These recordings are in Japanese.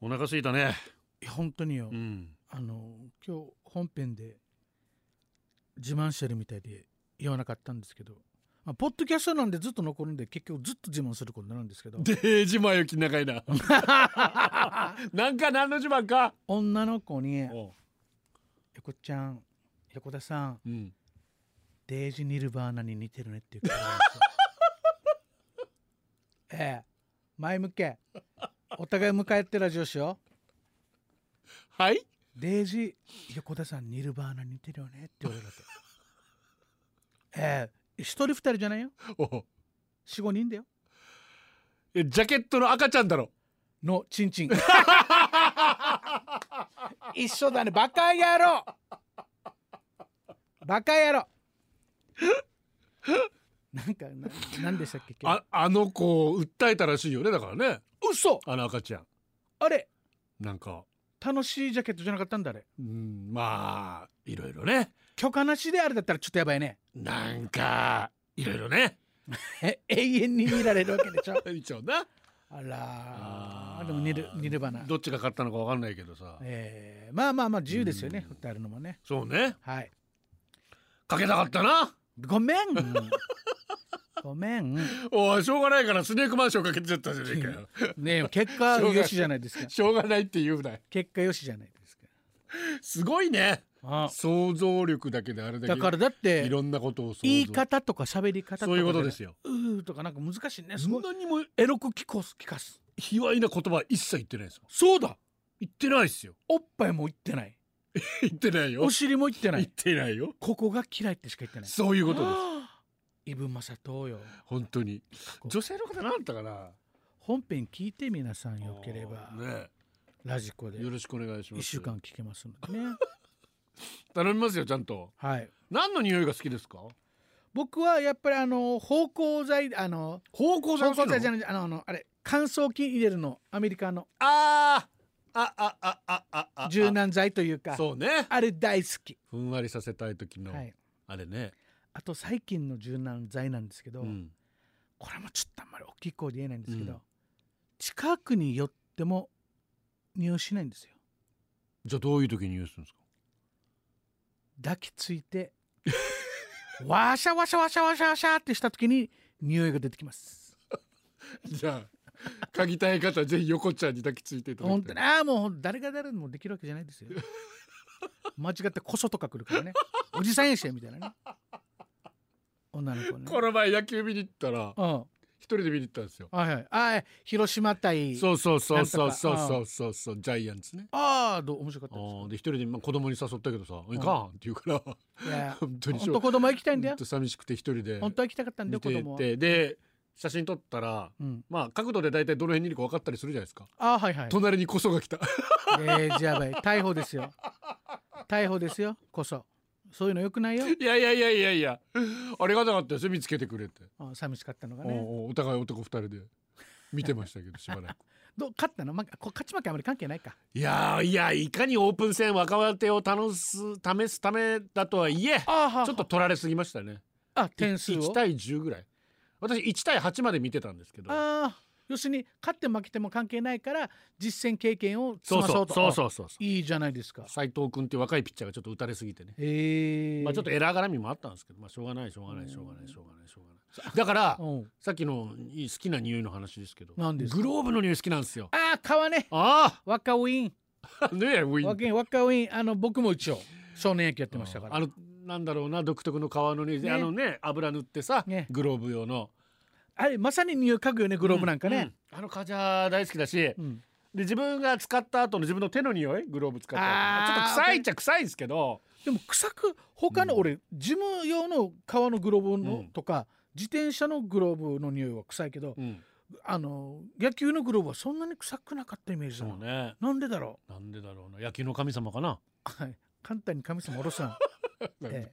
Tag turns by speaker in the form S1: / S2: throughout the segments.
S1: お腹すいたね。
S2: いや本当によ、
S1: うん。
S2: あの今日本編で自慢してるみたいで言わなかったんですけど、まあ、ポッドキャストなんでずっと残るんで結局ずっと自慢することになるんですけど
S1: で、ーじまよき長い な。なんか何の自慢か。
S2: 女の子に
S1: お
S2: 「横ちゃん横田さん
S1: うん。
S2: デイジ・ニルバーナに似てるね」って言うか らええ前向けお互い向かい合ってラジオしよう
S1: はい。
S2: デイジ横田さんニルバーナに似てるよねって言われるわけええ一人二人じゃないよ
S1: お。
S2: 四五人だよ
S1: えジャケットの赤ちゃんだろ。
S2: のチンチン 一緒だねバカ野郎バカ野郎 なんかななんでしたっけ今日
S1: あ、あの子を訴えたらしいよね。だからね。
S2: 嘘
S1: あの赤ちゃん。
S2: あれ
S1: なんか。
S2: 楽しいジャケットじゃなかったんだあれ
S1: うん、まあ、いろいろね。
S2: 許可なしであれだったらちょっとやばいね
S1: なんか。いろいろね。
S2: え永遠に見られるわけでしょ
S1: 一応な。
S2: あらーでもニルニルバナ
S1: どっちが勝ったのかわかんないけどさ。
S2: えー、まあまあまあ自由ですよね
S1: うん
S2: 振ってあるのもね
S1: そうね。
S2: はい
S1: かけたかったな。
S2: ごめんごめんね
S1: おい、しょうがないから、スネークマンションかけてちゃったじゃねえかよ。
S2: え結果よしじゃないですか
S1: しょうがないって言うなよ。
S2: 結果よしじゃないですか
S1: すごいね。
S2: あ
S1: 想像力だけであれだけ
S2: だからだっ
S1: い
S2: て
S1: ろんなことを想像
S2: 言い方とか喋り方とか
S1: そういうことですよ
S2: うーとかなんか難しいねすごい
S1: 何も
S2: エロく聞こす聞かす
S1: 卑猥な言葉は一切言ってないですよ
S2: そうだ
S1: 言ってない ですよ
S2: おっぱいも言ってない
S1: 言ってないよ
S2: お尻も言ってな
S1: 言っ
S2: い
S1: てないよ
S2: ここが嫌いってしか言ってない
S1: そういうことです
S2: はあイブマサトウよ
S1: 本当に
S2: こ
S1: 女性の方なんだったかな
S2: 本編聞いて皆さんよければ
S1: ね
S2: ラジコで
S1: よろしくお願いします
S2: 一週間聞けますので ね
S1: 頼みますよちゃんと
S2: はい
S1: 何の匂いが好きですか
S2: 僕はやっぱりあの芳香剤あの
S1: 芳香
S2: 芳香剤じゃ
S1: ない
S2: ないあのあのあれ乾燥菌入れるのアメリカの
S1: あーああああああ
S2: 柔軟剤というか
S1: そうね
S2: あれ大好き、
S1: ふんわりさせたい時の
S2: はい、
S1: あれね
S2: あと最近の柔軟剤なんですけど、
S1: うん
S2: これもちょっとあんまり大きい声で言えないんですけど、
S1: うん
S2: 近くに寄っても匂いしないんですよ
S1: じゃあどういう時に匂いするんですか
S2: 抱きつ いてワシャワシャワシャワシャワシャってした時に匂いが出てきます
S1: じゃあ嗅ぎたい方はぜひ横ちゃんに抱きついていただ
S2: 本
S1: きた
S2: 当
S1: い
S2: にああもう誰が誰でもできるわけじゃな いですよ間違ってこそとか来るからねおじさんやしやみたい なね女の子ね
S1: この前野球見に行ったら
S2: うんは
S1: 一人で見に行ったんですよ
S2: いはいああ広島対
S1: そうそうそうそうそう
S2: なんと
S1: そ
S2: か
S1: うそうそうジャイアンツね
S2: ああどう面白かった
S1: あ
S2: です
S1: ーで一人でまあ子供に誘ったけどさ「いかん」って言うから
S2: いや
S1: 本当にし
S2: 本
S1: ょう
S2: 当子供行きたいんだ
S1: 本
S2: よ
S1: 当寂しくて一人で
S2: 本当は行きたかったんだ
S1: 見
S2: よ子
S1: て
S2: 供は、
S1: てで写真撮ったら
S2: うん、
S1: まあ角度で大体どの辺にいるか分かったりするじゃないですか
S2: ああはいはい
S1: 隣にこそが来た
S2: えー、じゃあばい逮捕ですよ逮捕ですよこそそういうのよく ないよ
S1: いやいやいやいやいやありがたかったですよ見つけてくれて
S2: あ寂しかったのが
S1: おう
S2: ね
S1: おうお互い男二人で見てましたけどしばらく。
S2: どう勝ったの、ま、こ勝ち負けあまり関係ないか
S1: いやーいやいかにオープン戦若手を楽す試すためだとはいえ
S2: ああは
S1: ちょっと取られすぎましたね
S2: あ 点数
S1: 1
S2: を
S1: 対10ぐらい私1対8まで見てたんですけど
S2: ああ要するに勝って負けても関係ないから実践経験を積まそうと
S1: そうそうそうそう
S2: いいじゃないですか
S1: 斎藤君っていう若いピッチャーがちょっと打たれすぎてね、
S2: ええー、
S1: まあちょっとエラー絡みもあったんですけどまあしょうがないしょうがないしょうがないしょうがないしょうがないだから
S2: うん
S1: さっきのいい好きな匂いの話ですけど
S2: 何ですか
S1: グローブの匂い好きなんですよ
S2: ああ川ね
S1: あ
S2: 若ウィン
S1: あねえウィン
S2: 若ウィン若ウィンあの僕も一応少年野球やってましたから
S1: あのなんだろうな独特の皮のね
S2: ね
S1: あのね油塗ってさ、
S2: ね
S1: グローブ用の
S2: あれまさに匂い嗅ぐよねグローブなんかね、
S1: う、うんあのカジャ大好きだしで
S2: うん
S1: 自分が使った後の自分の手の匂いグローブ使った後
S2: あー
S1: まちょっと臭いっちゃ臭いですけど
S2: でも臭く他の
S1: うん
S2: 俺、ジム用の革のグローブ
S1: う
S2: の
S1: ん
S2: とか、自転車のグローブの匂いは臭いけど、
S1: うん
S2: あの野球のグローブはそんなに臭くなかったイメージ
S1: そ
S2: だ
S1: う
S2: な、
S1: ね
S2: なんでだろ
S1: なんでだろうな野球の神様かな、
S2: うはい簡単に神様おろ すな、ええ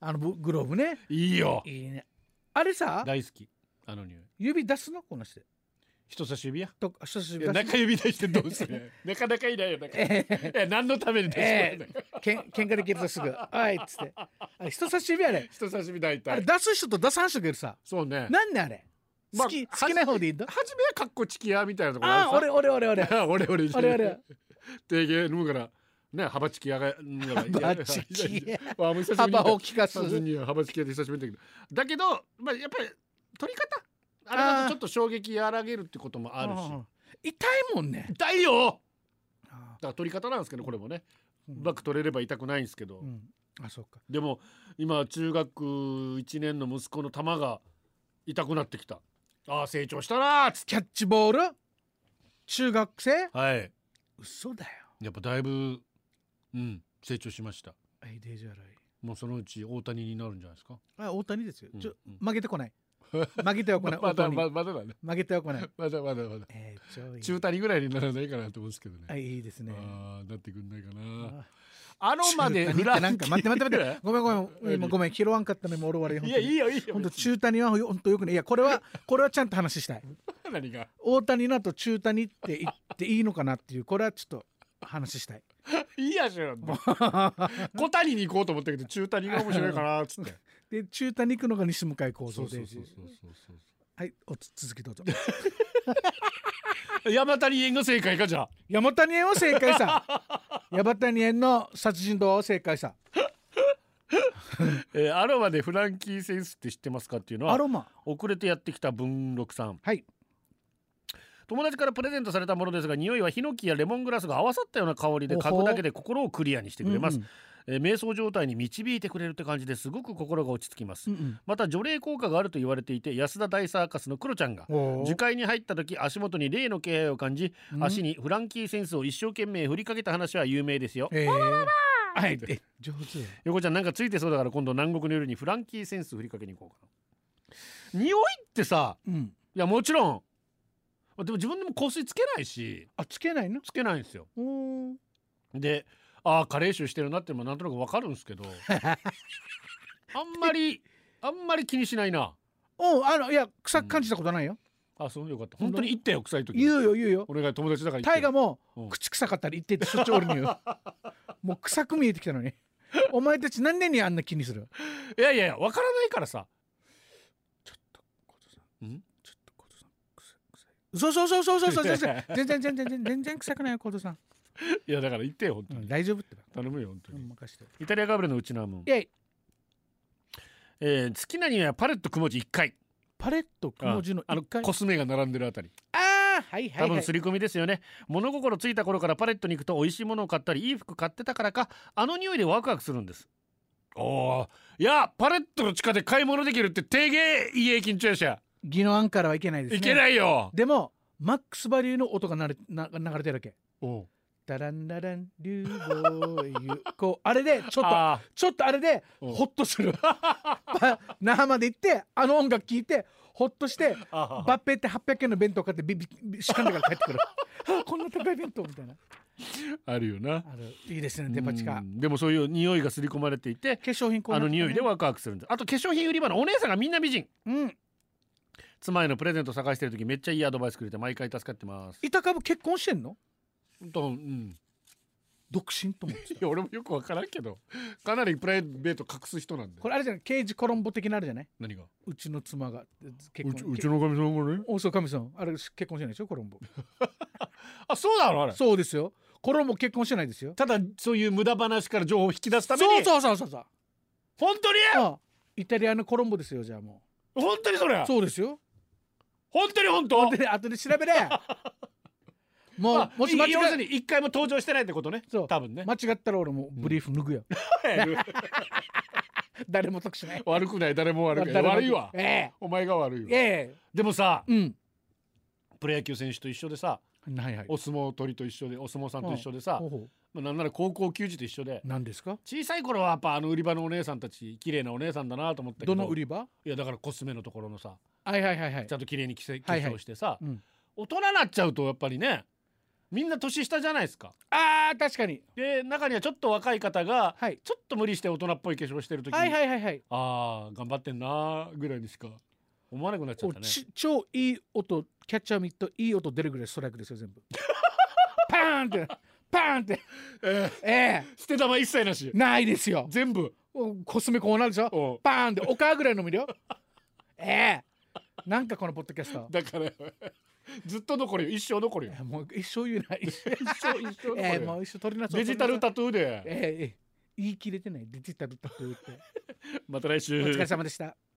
S2: あのブグローブね
S1: いいよ
S2: いいねあれさ
S1: 大好きあの匂い
S2: 指出すのこんなして
S1: 人差し指や
S2: とあ人差し
S1: い
S2: 指
S1: や
S2: 出す
S1: 中指出してどうす るなかなかいないよなかなか
S2: ええ
S1: いや何のために出してるの
S2: けん喧嘩できるとすぐ「おい」っつってあ人差し指あれ
S1: 人差し指大
S2: あれ
S1: 体
S2: 出す人と出さん人がいるさ
S1: そうね
S2: なんであれ
S1: まあ
S2: 好き好きな方でいいんだ
S1: 初めはかっこチキやみたいなところ
S2: ああー俺俺俺 俺
S1: 俺俺
S2: 俺俺
S1: 提言飲むからね幅チキやが飲むから
S2: バチ キや
S1: あもう久しぶり
S2: 幅を利かす
S1: 単純に幅付き合って久しぶりだけどだけど、まあ、やっぱり取り方あれだ
S2: あー
S1: とちょっと衝撃和らげるってこともあるし
S2: 痛いもんね
S1: 痛いよ
S2: あ
S1: だから取り方なんですけどこれもね
S2: ーうん
S1: バック取れれば痛くないんですけど、
S2: うんあそうか
S1: でも今中学1年の息子の球が痛くなってきたああ成長したなーっつって
S2: キャッチボール中学生
S1: はい
S2: 嘘だよ
S1: やっぱだいぶうん成長しました
S2: アイデーじゃない
S1: もうそのうち大谷になるんじゃないですか、
S2: あ大谷ですよ
S1: うん
S2: ちょ
S1: うん
S2: 曲げてこない曲げてはこない
S1: ま
S2: 大
S1: だ
S2: 谷
S1: まだまだだね
S2: 曲げてはこない
S1: まだまだまだ
S2: えーちょい
S1: 中谷ぐらいにならないかなと思うんですけどね
S2: あいいですね
S1: ああなってくんないかな
S2: あ
S1: あのまで
S2: 中谷ってなんか待って待って待って
S1: て
S2: ごめんごめん今ごめん拾わんかったのも俺悪い本
S1: い
S2: 当
S1: やいい
S2: に
S1: よいいよ
S2: 本当中谷は本当よくないいやこれはこれはちゃんと話したい
S1: 何が
S2: 大谷の後中谷って言っていいのかなっていうこれはちょっと話したい
S1: いいやしろ小谷に行こうと思ったけど中谷が面白いかなっつって
S2: で中谷行くのが西向井構
S1: そ
S2: 造
S1: うそ
S2: で
S1: うそうそうそうそう
S2: はいおつ続きどうぞ
S1: 山谷園が正解かじゃあ
S2: 山谷園は正 解さ山谷園の殺人道は正解さ
S1: えーアロマでフランキーセンスって知ってますかっていうの
S2: ア
S1: は
S2: ロマ
S1: 遅れてやってきた文禄さん
S2: はい
S1: 友達からプレゼントされたものですが匂いはヒノキやレモングラスが合わさったような香りで
S2: おほ
S1: 嗅ぐだけで心をクリアにしてくれます、
S2: うん
S1: えー瞑想状態に導いてくれるって感じですごく心が落ち着きます、
S2: うんうん
S1: また除霊効果があると言われていて安田大サーカスのクロちゃんが
S2: おー
S1: 樹海に入った時足元に霊の気配を感じ、
S2: うん
S1: 足にフランキーセンスを一生懸命振りかけた話は有名ですよ
S2: えーはいえ上手よ
S1: 横ちゃんなんかついてそうだから今度南国の夜にフランキーセンス振りかけに行こうかな匂いってさ
S2: うん
S1: いやもちろんでも自分でも香水つけないし
S2: あつけないの
S1: つけないんですよ
S2: おー
S1: でああ加齢臭してるなってのもなんとなくわかるんですけ どあんまりあんまり気にしないな
S2: おうあのいや臭く感じたことないよ
S1: あそうよかった本当に行ったよ臭い時
S2: 言うよ言うよ
S1: 俺が友達だから行った
S2: タイ
S1: よ
S2: ガも
S1: うん
S2: 口臭かったら言ってってそっち俺に言 うもう臭く見えてきたのにお前たち何年にあんな気にする
S1: いやいやいやわからないからさ
S2: ちょっとコトさ
S1: ん
S2: ちょっとコトさん臭い臭いそうそうそうそうそうそう全然全然全然全然全然臭くないよコトさん、
S1: いやだから行ってよ本
S2: う
S1: 当に、
S2: ん、大丈夫ってば
S1: 頼むよ本当
S2: う
S1: に、
S2: ん任して
S1: イタリアガブレのうちなもん
S2: イ、ェイ
S1: えー、好きな匂いはパレットくもじ1回
S2: パレットくもじの
S1: あ
S2: 一
S1: の
S2: 回
S1: コスメが並んでるあたり
S2: ああはいは
S1: 多
S2: いは
S1: 分
S2: い
S1: 刷り込みですよね、物心ついた頃からパレットに行くと美味しいものを買ったりいい服買ってたからかあの匂いでワクワクするんですおーいやパレットの地下で買い物できるって定芸いい緊張やしゃ、
S2: ギノアンからはいけないですね
S1: いけないよ
S2: でもマックスバリューの音がなれな流れてるだけ
S1: おう
S2: ダランダランリューボーユこうあれでちょっと
S1: あ
S2: ちょっとあれで
S1: うん
S2: ホッとする ば那覇まで行ってあの音楽聴いてホッとして
S1: ーあー
S2: バッペって800円の弁当買ってビビビ仕込んでから 帰ってくるあこんな高い弁当みたいな
S1: あるよな
S2: あるいいですねデパ地
S1: う
S2: 下化
S1: んでもそういう匂いが刷り込まれていて
S2: 粧品コー
S1: あ
S2: ナー
S1: の匂いで
S2: は
S1: ワクワクするんですあと化粧品売り場のお姉さんがみんな美人
S2: うん
S1: 妻へのプレゼント探してる時めっちゃいいアドバイスくれて毎回助かってます
S2: 板株結婚してんの
S1: とうん
S2: 独身 と思って
S1: いや俺もよくわからんけどかなりプライベート隠す人なんで
S2: これあれじゃない刑事コロンボ的なあるじゃない
S1: 何が
S2: うちの妻が結
S1: う
S2: 婚
S1: ちうちのかみさんがね
S2: おそう神さんあれ結婚してないでしょコロンボ
S1: あそうだろあれ
S2: そうですよコロンボ結婚してないですよ
S1: ただそういう無駄話から情報を引き出すため
S2: そう
S1: に
S2: そうそうそうそう
S1: 本当に
S2: あイタリアのコロンボですよじゃあも
S1: 本当にそれ
S2: うそうですよ
S1: 本当に本当
S2: で後で調べれ も
S1: あ
S2: うもし間違
S1: い要す
S2: っ
S1: るに一回も登場してないってことね
S2: そう
S1: 多分ね、
S2: 間違ったら俺もブリーフ脱ぐよ、誰も得しない
S1: 悪くない誰も悪くない
S2: 誰も
S1: 悪いわ
S2: え
S1: お前が悪い
S2: え
S1: わ
S2: え
S1: でもさ
S2: えうん
S1: プロ野球選手と一緒でさ
S2: はいはい
S1: お相撲取りと一緒でお相撲さんと一緒でさ
S2: ほうほ
S1: まあなんなら高校球児と一緒で
S2: う何ですか
S1: 小さい頃はやっぱあの売り場のお姉さんたち綺麗なお姉さんだなと思ったけど
S2: どの売り場
S1: いやだからコスメのところのさ
S2: はいはいはいはい
S1: ちゃんと綺麗に着せ化
S2: はいはい
S1: 粧してさ、
S2: うん
S1: 大人になっちゃうとやっぱりねみんな年下じゃないですか
S2: あー確かに、
S1: で中にはちょっと若い方が
S2: はい、
S1: ちょっと無理して大人っぽい化粧してる時に、
S2: はいはいはいはい
S1: あー頑張ってんなーぐらいにしか思わなくなっちゃっ
S2: お
S1: たね
S2: ち超いい音キャッチャーミットいい音出るぐらいストライクですよ 全部パーンってパーンって
S1: え
S2: ええ
S1: ー捨て玉一切なし
S2: ないですよ
S1: 全部
S2: おコスメコーナーでしょ
S1: おう
S2: パーンっておかぐらいの見るよええなんかこのポッドキャスト
S1: だから ずっと残るよ一生残るよ
S2: いやもう一生言えない一
S1: 生一生残る
S2: えーもう一生取りなさ
S1: デ
S2: い
S1: ジタルタトゥーで
S2: えーえー言い切れてないデジタルタトゥーって
S1: また来
S2: お
S1: 週
S2: 疲れ様でした